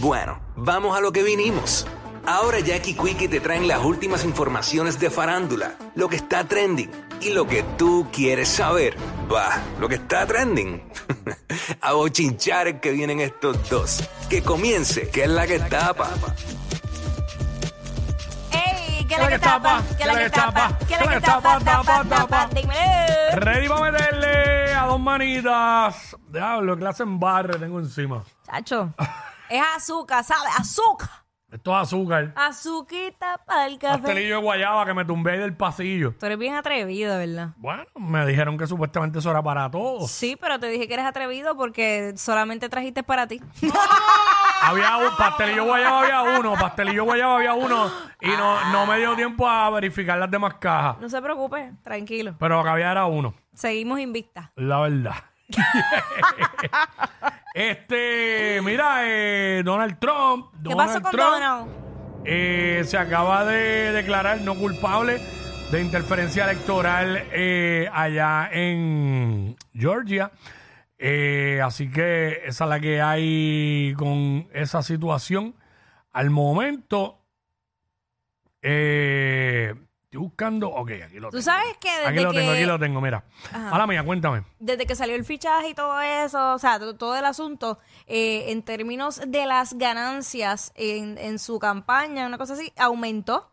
Bueno, vamos a lo que vinimos. Ahora Jackie Quickie te traen las últimas informaciones de farándula, lo que está trending y lo que tú quieres saber. Va, lo que está trending. a bochinchar que vienen estos dos. Que comience, que es la que tapa. ¡Ey! ¿Qué es la que tapa? ¿Qué es la que tapa? ¿Qué es la que tapa? Tapa, tapa, dímelo. Ready para meterle a dos manitas. Diablo, clase en barre tengo encima. Chacho, es azúcar, ¿sabes? Azúcar. Esto es azúcar. Ah, Azuquita pa'l café. Pastelillo de guayaba que me tumbé del pasillo. Tú eres bien atrevido, ¿verdad? Bueno, me dijeron que supuestamente eso era para todos. Sí, pero te dije que eres atrevido porque solamente trajiste para ti. Había un pastelillo de guayaba, había uno. Pastelillo de guayaba, había uno. Y no, no me dio tiempo a verificar las demás cajas. No se preocupe, tranquilo. Pero lo que había era uno. Seguimos invicta. La verdad. este, mira, eh, Donald Trump. ¿Qué pasó con Trump, Donald? eh, se acaba de declarar no culpable de interferencia electoral eh, allá en Georgia. Eh, así que esa es la que hay con esa situación. Al momento, eh, estoy buscando. Ok, aquí lo tengo. Tú sabes que desde Aquí lo tengo, que- aquí lo tengo, mira. A la mía, cuéntame. Desde que salió el fichaje y todo eso, o sea, to- todo el asunto, eh, en términos de las ganancias en, en su campaña, una cosa así, aumentó.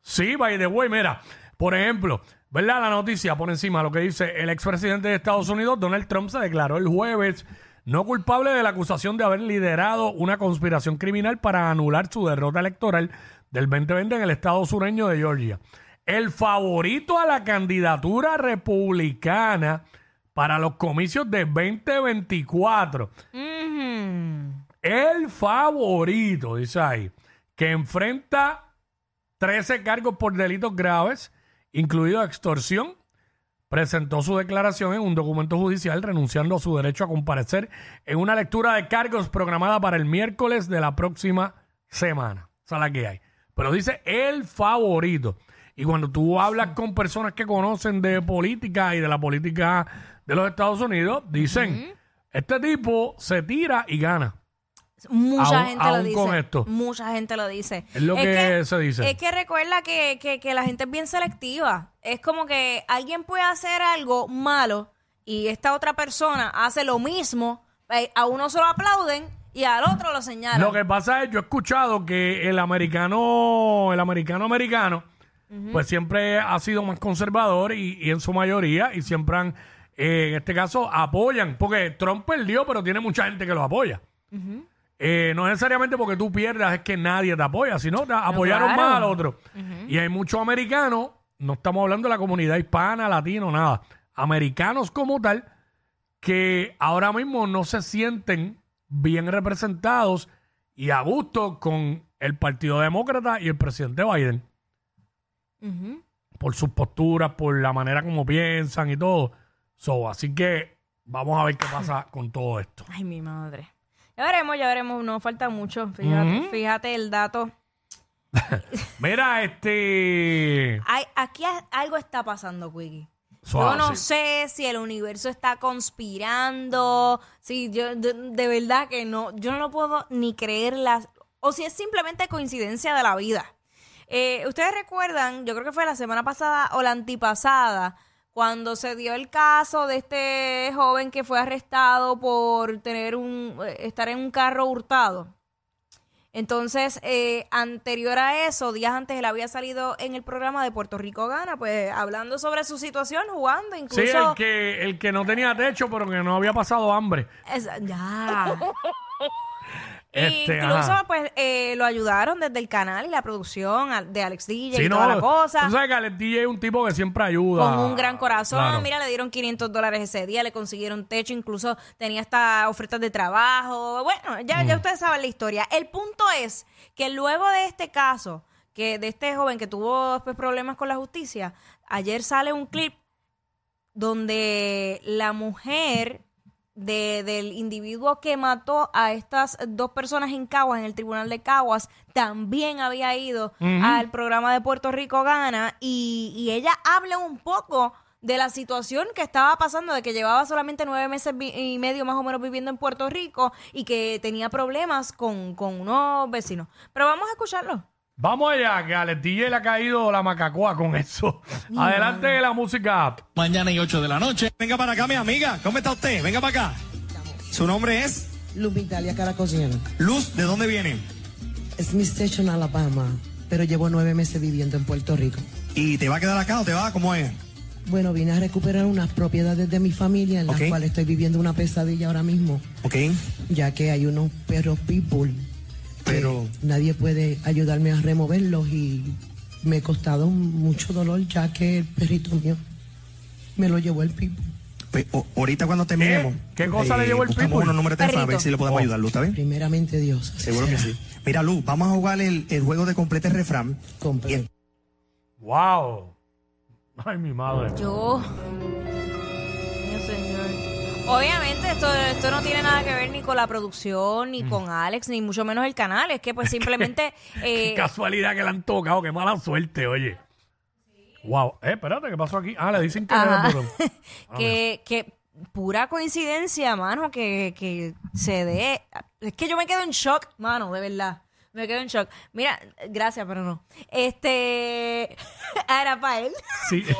Sí, by the way, mira, por ejemplo, ¿verdad? La noticia por encima, lo que dice el expresidente de Estados Unidos, Donald Trump, se declaró el jueves no culpable de la acusación de haber liderado una conspiración criminal para anular su derrota electoral del 2020 en el estado sureño de Georgia. El favorito a la candidatura republicana para los comicios de 2024 Ujú. el favorito, dice ahí, que enfrenta 13 cargos por delitos graves, incluido extorsión, presentó su declaración en un documento judicial renunciando a su derecho a comparecer en una lectura de cargos programada para el miércoles de la próxima semana. Esa es la que hay. Pero dice el favorito. Y cuando tú hablas con personas que conocen de política y de la política de los Estados Unidos, dicen, este tipo se tira y gana. Mucha Aún- gente lo aún dice. con esto. Mucha gente lo dice. Es lo que se dice. Es que recuerda que, que- que la gente es bien selectiva. Es como que alguien puede hacer algo malo y esta otra persona hace lo mismo. eh, A uno se lo aplauden y al otro lo señalan. Lo que pasa es, yo he escuchado que el americano, el americano americano, pues siempre ha sido más conservador y, y en su mayoría, y siempre han, eh, en este caso, apoyan, porque Trump perdió, pero tiene mucha gente que lo apoya. Eh, no necesariamente porque tú pierdas es que nadie te apoya, sino te apoyaron claro. más al otro. Y hay muchos americanos, no estamos hablando de la comunidad hispana, latino, nada, americanos como tal, que ahora mismo no se sienten bien representados y a gusto con el Partido Demócrata y el presidente Biden, Ujú. por sus posturas, por la manera como piensan y todo. So, así que vamos a ver qué pasa con todo esto. Ay, mi madre. Ya veremos, ya veremos. No falta mucho. Fíjate, fíjate el dato. Mira, este... Ay, aquí a- algo está pasando, Quiggy. so, yo no así. sé si el universo está conspirando, si yo de, de verdad que no, yo no lo puedo ni creer las, o si es simplemente coincidencia de la vida. Eh, Ustedes recuerdan, yo creo que fue la semana pasada o la antipasada, cuando se dio el caso de este joven que fue arrestado por tener un, eh, estar en un carro hurtado. Entonces, eh, anterior a eso, días antes él había salido en el programa de Puerto Rico Gana, pues hablando sobre su situación, jugando, Sí, incluso. el que, el que no tenía techo, pero que no había pasado hambre. Es- ya. Este, Incluso, ajá. pues, eh, lo ayudaron desde el canal y la producción al- de Alex DJ Sí, y toda la cosa. Tú sabes que Alex DJ es un tipo que siempre ayuda. Con un gran corazón. Claro. Mira, le dieron 500 dólares ese día, le consiguieron techo, incluso tenía hasta ofertas de trabajo. Bueno, ya, Mm. ya ustedes saben la historia. El punto es que luego de este caso, que de este joven que tuvo después problemas con la justicia, ayer sale un clip donde la mujer de- del individuo que mató a estas dos personas en Caguas, en el tribunal de Caguas, también había ido al programa de Puerto Rico Gana y, y ella habla un poco de la situación que estaba pasando, de que llevaba solamente nueve meses vi- y medio más o menos viviendo en Puerto Rico y que tenía problemas con, con unos vecinos. Pero vamos a escucharlo. Vamos allá, que Alex DJ le ha caído la macacoa con eso. Adelante de la música. mañana y 8 de la noche. Venga para acá, mi amiga. ¿Cómo está usted? Venga para acá. Su nombre es Luz Vitalia Caracosian. Luz. ¿De dónde viene? Smith Station, Alabama, pero llevo nueve meses viviendo en Puerto Rico. ¿Y te va a quedar acá o te va? ¿Cómo es? Bueno, vine a recuperar unas propiedades de mi familia en las Ok. cuales estoy viviendo una pesadilla ahora mismo, Ok. ya que hay unos perros pitbull. que Pero- Nadie puede ayudarme a removerlos y me ha costado mucho dolor ya que el perrito mío me lo llevó el pitbull. Pues, o- ahorita cuando terminemos. eh, ¿Qué cosa le llevó el buscamos pitbull? unos números de teléfono a ver Perrito. si le podemos ayudar, Luz, ¿está bien? Primeramente Dios. así Seguro que será. sí. Mira, Luz, vamos a jugar el, el juego de complete refrán. Completo. Y- ¡Wow! Ay, mi madre. Yo. Dios señor. Obviamente esto, esto no tiene nada que ver ni con la producción, Mm. ni con Alex, ni mucho menos el canal. Es que pues simplemente... Qué eh, casualidad que le han tocado, qué mala suerte, oye. Wow, eh, espérate, ¿qué pasó aquí? Ah, le dicen que ajá, era el botón. que, que pura coincidencia, mano, que, que se dé... Es que yo me quedo en shock, mano, de verdad. Me quedo en shock. Mira, gracias, pero no. Este... Ah, Era para él. Sí.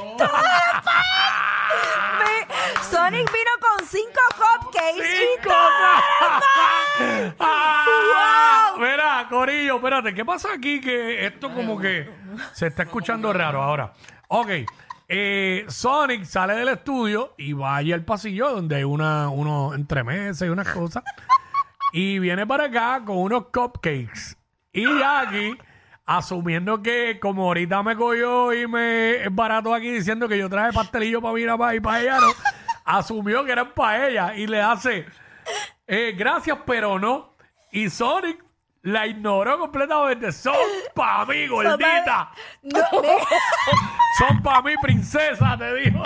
Sonic vino con cinco cupcakes. y Ah. ¡Cinco! Ah, Mira, Corillo, espérate, ¿qué pasa aquí? Que esto como que se está escuchando raro ahora. Ok, eh, Sonic sale del estudio y va allí al pasillo donde hay una, unos entremeses y unas cosas. Y viene para acá con unos cupcakes. Y Jackie, asumiendo que como ahorita me cogió y me es barato aquí diciendo que yo traje pastelillo para mí nada más y para ella, ¿no? asumió que eran para ella y le hace, eh, gracias, pero no. Y Sonic la ignoró completamente. Son para mí, gordita. No, me- Son para mí, princesa, te dijo.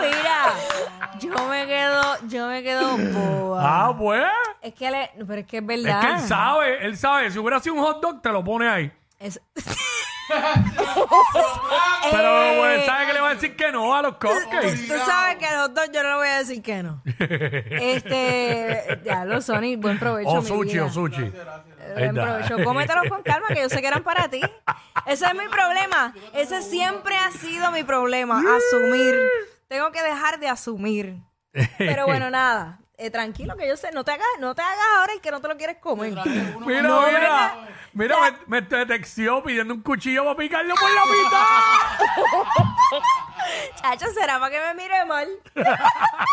Mira, yo me quedo, yo me quedo boba. Ah, pues. Es que le, pero es que es Es verdad. que él sabe, él sabe. Si hubiera sido un hot dog, te lo pone ahí. Es- Pero Eh, pues, sabe que le va a decir que no a los cupcakes. Tú sabes que a los dos yo no le voy a decir que no. Este, ya lo Sony, buen provecho. O mi Oh, sushi, vida. o sushi. Buen provecho. Cómetelos con calma, que yo sé que eran para ti. Ese es mi problema. Ese siempre ha sido mi problema. Asumir. Tengo que dejar de asumir. Pero bueno, nada. Eh, tranquilo, que yo sé. No te hagas, no te hagas ahora el que no te lo quieres comer. Mira, No, mira. ¿verdad? Mira, me, me detecció pidiendo un cuchillo para picarlo por la mitad. Chacho, será para que me mire mal.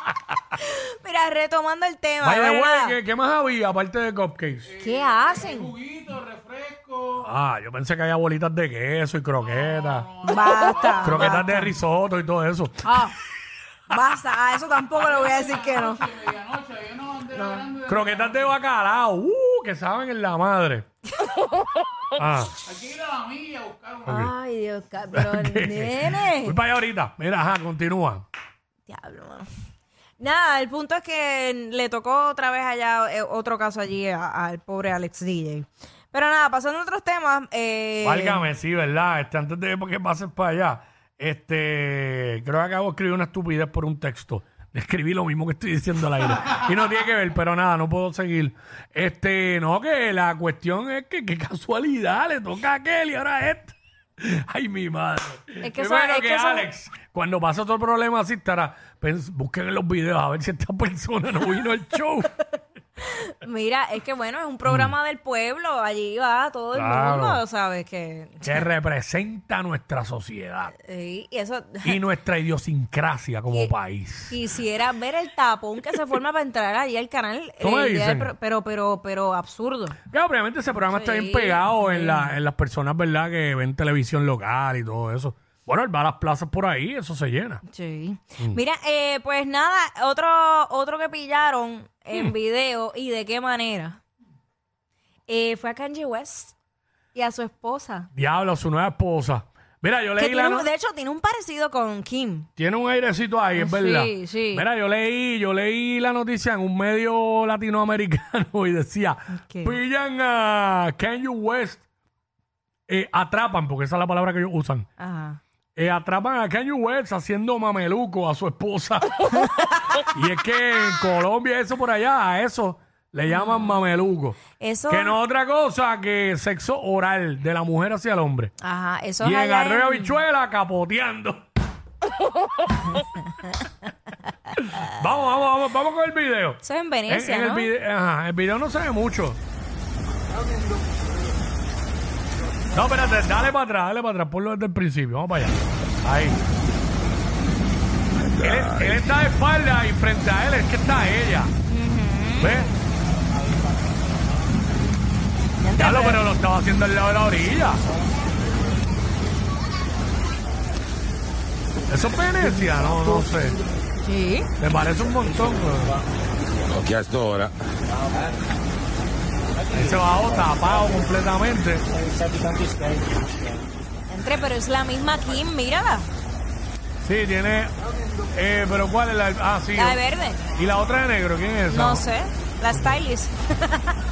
Mira, retomando el tema. Vaya, ¿verdad? güey, ¿qué, qué más había aparte de cupcakes? ¿Qué hacen? Ah, yo pensé que había bolitas de queso y croquetas. Ah, Basta. Croquetas de risotto y todo eso. Ah, basta. A eso tampoco le voy a decir que no. Croquetas de bacalao, uh, que saben en la madre. Ah, Ay, Dios, ca- pero ¿qué? Voy Pues, nene. para allá ahorita. Mira, ajá, continúa. Diablo, mano. Nada, el punto es que le tocó otra vez allá, eh, otro caso allí a- al pobre Alex DJ. Pero nada, pasando a otros temas. Eh, Válgame, sí, ¿verdad? Este, antes de que pases para allá, este, creo que acabo de escribir una estupidez por un texto. Escribí lo mismo que estoy diciendo al aire. Y no tiene que ver, pero nada, no puedo seguir. Este, no, que la cuestión es que qué casualidad le toca a aquel y ahora a este. Ay, mi madre. Es que Yo eso- imagino es que, que eso- Alex, cuando pasa otro problema así, estará. pens- Busquen en los videos a ver si esta persona no vino al show. Mira, es que bueno, es un programa del pueblo, allí va todo el Mm. Claro. mundo, ¿sabes? Que, que representa nuestra sociedad Sí, y eso, y nuestra idiosincrasia como Y- país. quisiera ver el tapón que se forma para entrar allí al canal. ¿Cómo eh, le ya, dicen? pero- Pero, pero, pero absurdo. Claro, obviamente ese programa está bien Sí, pegado en, la- en las personas, ¿verdad? Que ven televisión local y todo eso. Bueno, él va a las plazas por ahí, eso se llena. Sí. Mm. Mira, eh, pues nada, otro, otro que pillaron en Mm. video y de qué manera. Eh, fue a Kanye West y a su esposa. Diablo, su nueva esposa. Mira, yo Que leí tiene la... un- no- de hecho, tiene un parecido con Kim. Tiene un airecito ahí, es Sí, verdad. sí. Mira, yo leí, yo leí la noticia en un medio latinoamericano y decía, ¿Qué? pillan a Kanye West, eh, atrapan, porque esa es la palabra que ellos usan, Ajá. eh, atrapan a Kanye West haciendo mameluco a su esposa. y es que en Colombia, eso por allá, a eso le llaman mameluco. Eso. Que no es otra cosa que sexo oral de la mujer hacia el hombre. Ajá, eso es Y en allá Arreo en- Bichuela capoteando. vamos, vamos, vamos, vamos con el video. Eso es en Venecia, En- en ¿no? el, video, ajá, el video no se ve mucho. No, espérate, dale para atrás, dale para atrás, ponlo desde el principio, vamos para allá. Ahí. Él, él está de espalda y frente a él es que está ella. ¿Ves? Ya lo, pero lo estaba haciendo al lado de la orilla. Eso es Venecia, no, no sé. Sí. Me parece un montón, pero- Che a ora Ahí se bajó tapado completamente. Entre, pero es la misma Kim, mírala. Sí, tiene. Eh, pero ¿cuál es la.? Ah, sí. La de verde. ¿Y la otra de negro? ¿Quién es esa? No sé. La stylist.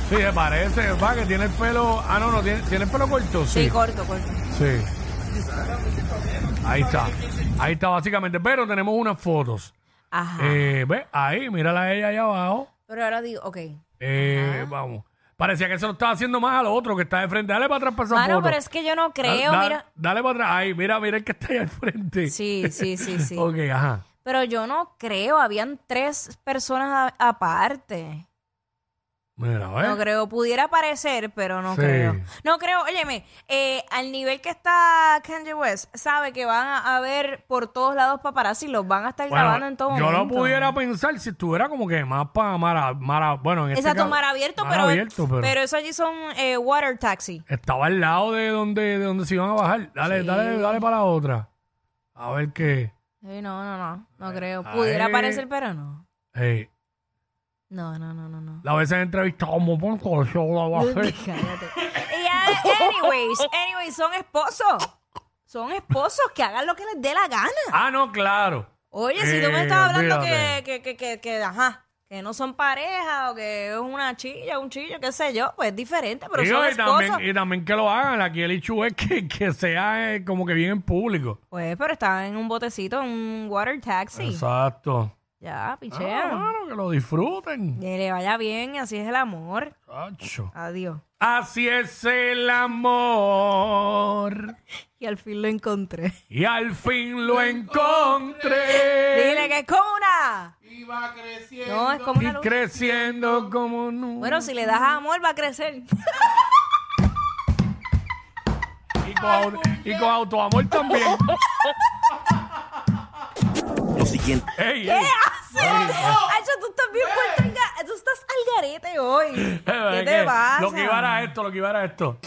Sí, se parece. Va, que tiene el pelo. Ah, no, no, tiene, tiene el pelo corto. Sí, Sí. corto, corto. Sí. Ahí está. Ahí está, básicamente. Pero tenemos unas fotos. Ajá. Eh, ¿Ves? Ahí, mírala a ella allá abajo. Pero ahora digo, ok. Eh, vamos. Parecía que se lo estaba haciendo más al otro que está de frente. Dale para atrás para esa Mano, foto. pero es que yo no creo, Da- da- mira. Dale para atrás. Ahí, mira, mira el que está ahí al frente. Sí, sí, sí, sí. Ok, ajá. Pero yo no creo, habían tres personas a- aparte. Mira, ¿ves? No creo, pudiera parecer, pero no ¿Eh? Sí. creo. No creo, óyeme, eh, al nivel que está Kanye West, sabe que van a, a ver por todos lados paparazzi, los van a estar grabando en todo yo momento. lo pudiera pensar si estuviera como que más para mara, mara- bueno, en este Exacto, caso- mar abierto, mar pero, abierto, pero, pero eso allí son eh, water taxi. estaba al lado de donde, de donde se iban a bajar. Dale, dale, dale para la otra. A ver qué. Sí, no, no, no, Eh, no creo. Pudiera ay. parecer, pero no. Eh, No, no, no, no, no. la vez en entrevista como por colegio la voy a hacer. Cállate. Y a- anyways, anyways, son esposos. Son esposos que hagan lo que les dé la gana. Ah, no, claro. Oye, si tú me Eh, estás hablando que, olvídate. que, que, que, que, ajá, que no son pareja o que es una chilla, un chillo, qué sé yo, pues es diferente, pero Digo, son y, también, esposos. y también que lo hagan. Aquí el hecho es que, que sea eh, como que bien en público. Pues, pero estaban en un botecito, en un water taxi. Exacto. Ya, Ah, pichea. bueno, que lo disfruten. Que le vaya bien, así es el amor. Chacho. Adiós. Así es el amor. Y al fin lo encontré. Y al fin lo encontré. Dile que es como una. No, es como Y una luz. creciendo como nunca. Bueno, si le das amor, va a crecer. y, con, au- y con autoamor también. Lo siguiente. Ey, ¿Qué ey. Eh, haces? Hacho, tú estás bien puesto en ga- Tú estás al garete hoy. ¿Qué Es te que pasa? eh, Lo que iba era esto, lo que iba era esto.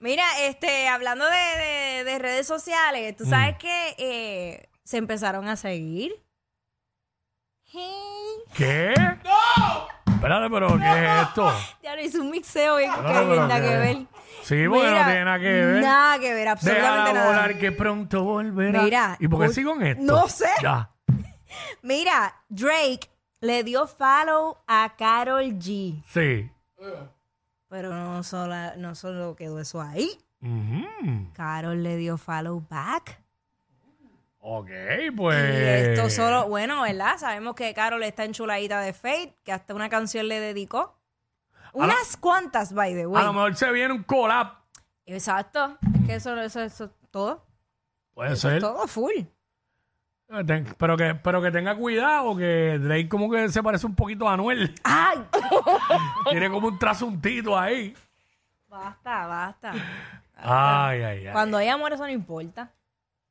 Mira, este, hablando de, de- de redes sociales, tú Mm. sabes que eh, se empezaron a seguir. Hey. ¿Qué? ¡No! Espérate, pero ¿qué es esto? Ya lo hice un mixeo bien Espérate, que pero nada ¿qué que es? ver. Sí, porque Mira, no tiene nada que ver. Nada que ver, Déjala absolutamente nada. volar que pronto volverá. Mira, ¿Y por qué uy, sigo en esto? no sé. Ya. Mira, Drake le dio follow a Carol G. Sí. Pero no sola- no solo quedó eso ahí. Ujú. Carol le dio follow back. Ok, Y pues. esto solo, bueno, ¿verdad? Sabemos que Carol está enchuladita de Fate, que hasta una canción le dedicó. Unas cuantas, by the A lo way. mejor se viene un collab. Exacto. Es que eso, eso, eso, todo. Puede ser. Todo full. Eh, ten- Pero que, pero que tenga cuidado, que Drake como que se parece un poquito a Anuel. ¡Ay! Tiene como un trasuntito ahí. Basta, basta. Ay, ay, ay. Cuando hay amor, eso no importa.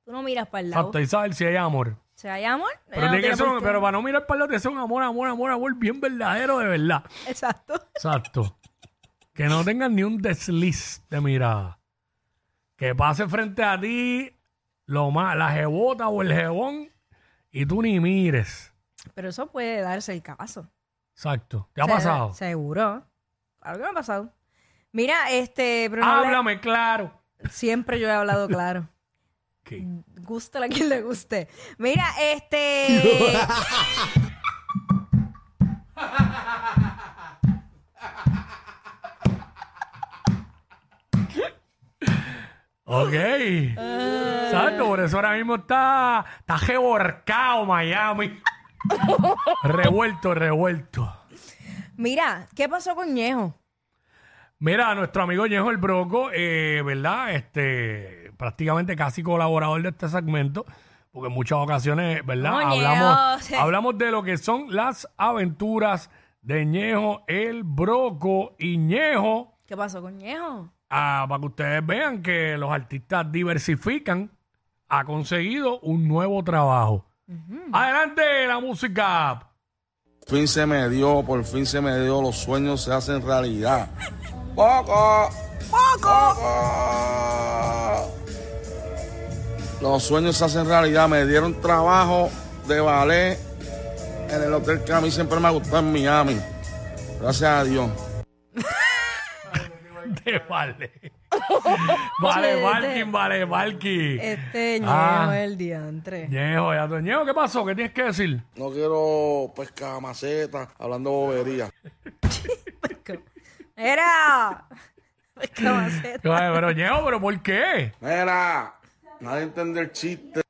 Tú no miras para el lado. Exacto, Isabel, si hay amor. Si hay amor, Pero, ella no tiene que tiene ser un- por qué. pero para no mirar para el lado, tiene que ser un amor, amor, amor, amor bien verdadero de verdad. Exacto. Exacto. que no tengan ni un desliz de mirada. Que pase frente a ti lo más, la jebota o el jebón y tú ni mires. Pero eso puede darse el caso. Exacto. ¿Te ha Se- pasado? Seguro. Claro que me ha pasado. Mira, este, pero no hable- Háblame claro. siempre yo he hablado claro. ¿Qué? Gústale a quien le guste. Mira, este. Ok. Exacto, por eso ahora mismo está, está geborcado Miami. revuelto, revuelto. mira, ¿qué pasó con Ñejo? Mira, nuestro amigo Ñejo el Broco, eh, ¿verdad? Este, prácticamente casi colaborador de este segmento, porque en muchas ocasiones, ¿verdad? Vamos, Ñejo, hablamos, Oh, sí. hablamos de lo que son las aventuras de Ñejo el Broco y Ñejo. ¿Qué pasó con Ñejo? ah, para que ustedes vean que los artistas diversifican, ha conseguido un nuevo trabajo. Adelante la música. fin se me dio, por fin se me dio, los sueños se hacen realidad. Poco. Poco. Los sueños se hacen realidad. Me dieron trabajo de ballet en el hotel que a mí siempre me ha gustado en Miami. Gracias a Dios. De vale. vale, Sí, Valkin, sí. vale, Valkin. Este Ñejo, Ah. el diantre. Ñejo, ya tú- Ñejo, ¿qué pasó? ¿Qué tienes que decir? No quiero pescar maceta hablando bobería. Era. ¿Qué va a hacer? Ay, pero Ñejo, ¿pero por qué? Mira, nadie entiende el chiste.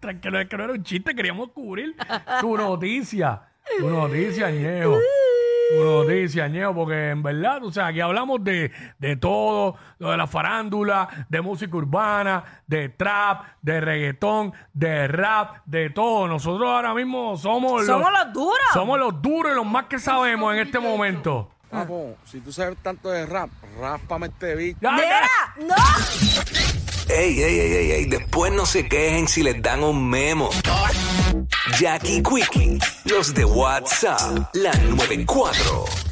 Tranquilo, es que no era un chiste, queríamos cubrir tu noticia. Tu noticia, Ñejo. Tu noticia, Ñejo, porque en verdad, o sea, aquí hablamos de, de todo, lo de la farándula, de música urbana, de trap, de reggaetón, de rap, de todo. Nosotros ahora mismo somos, Somos los duros. Somos los duros y los más que sabemos en este momento. Papo, si tú sabes tanto de rap, rápame este bicho. Ya, ya. ¡Mira! ¡No! Ey, ey, ey, ey, ey, después no se quejen si les dan un memo. Jackie Quickie, los de WhatsApp, la 94.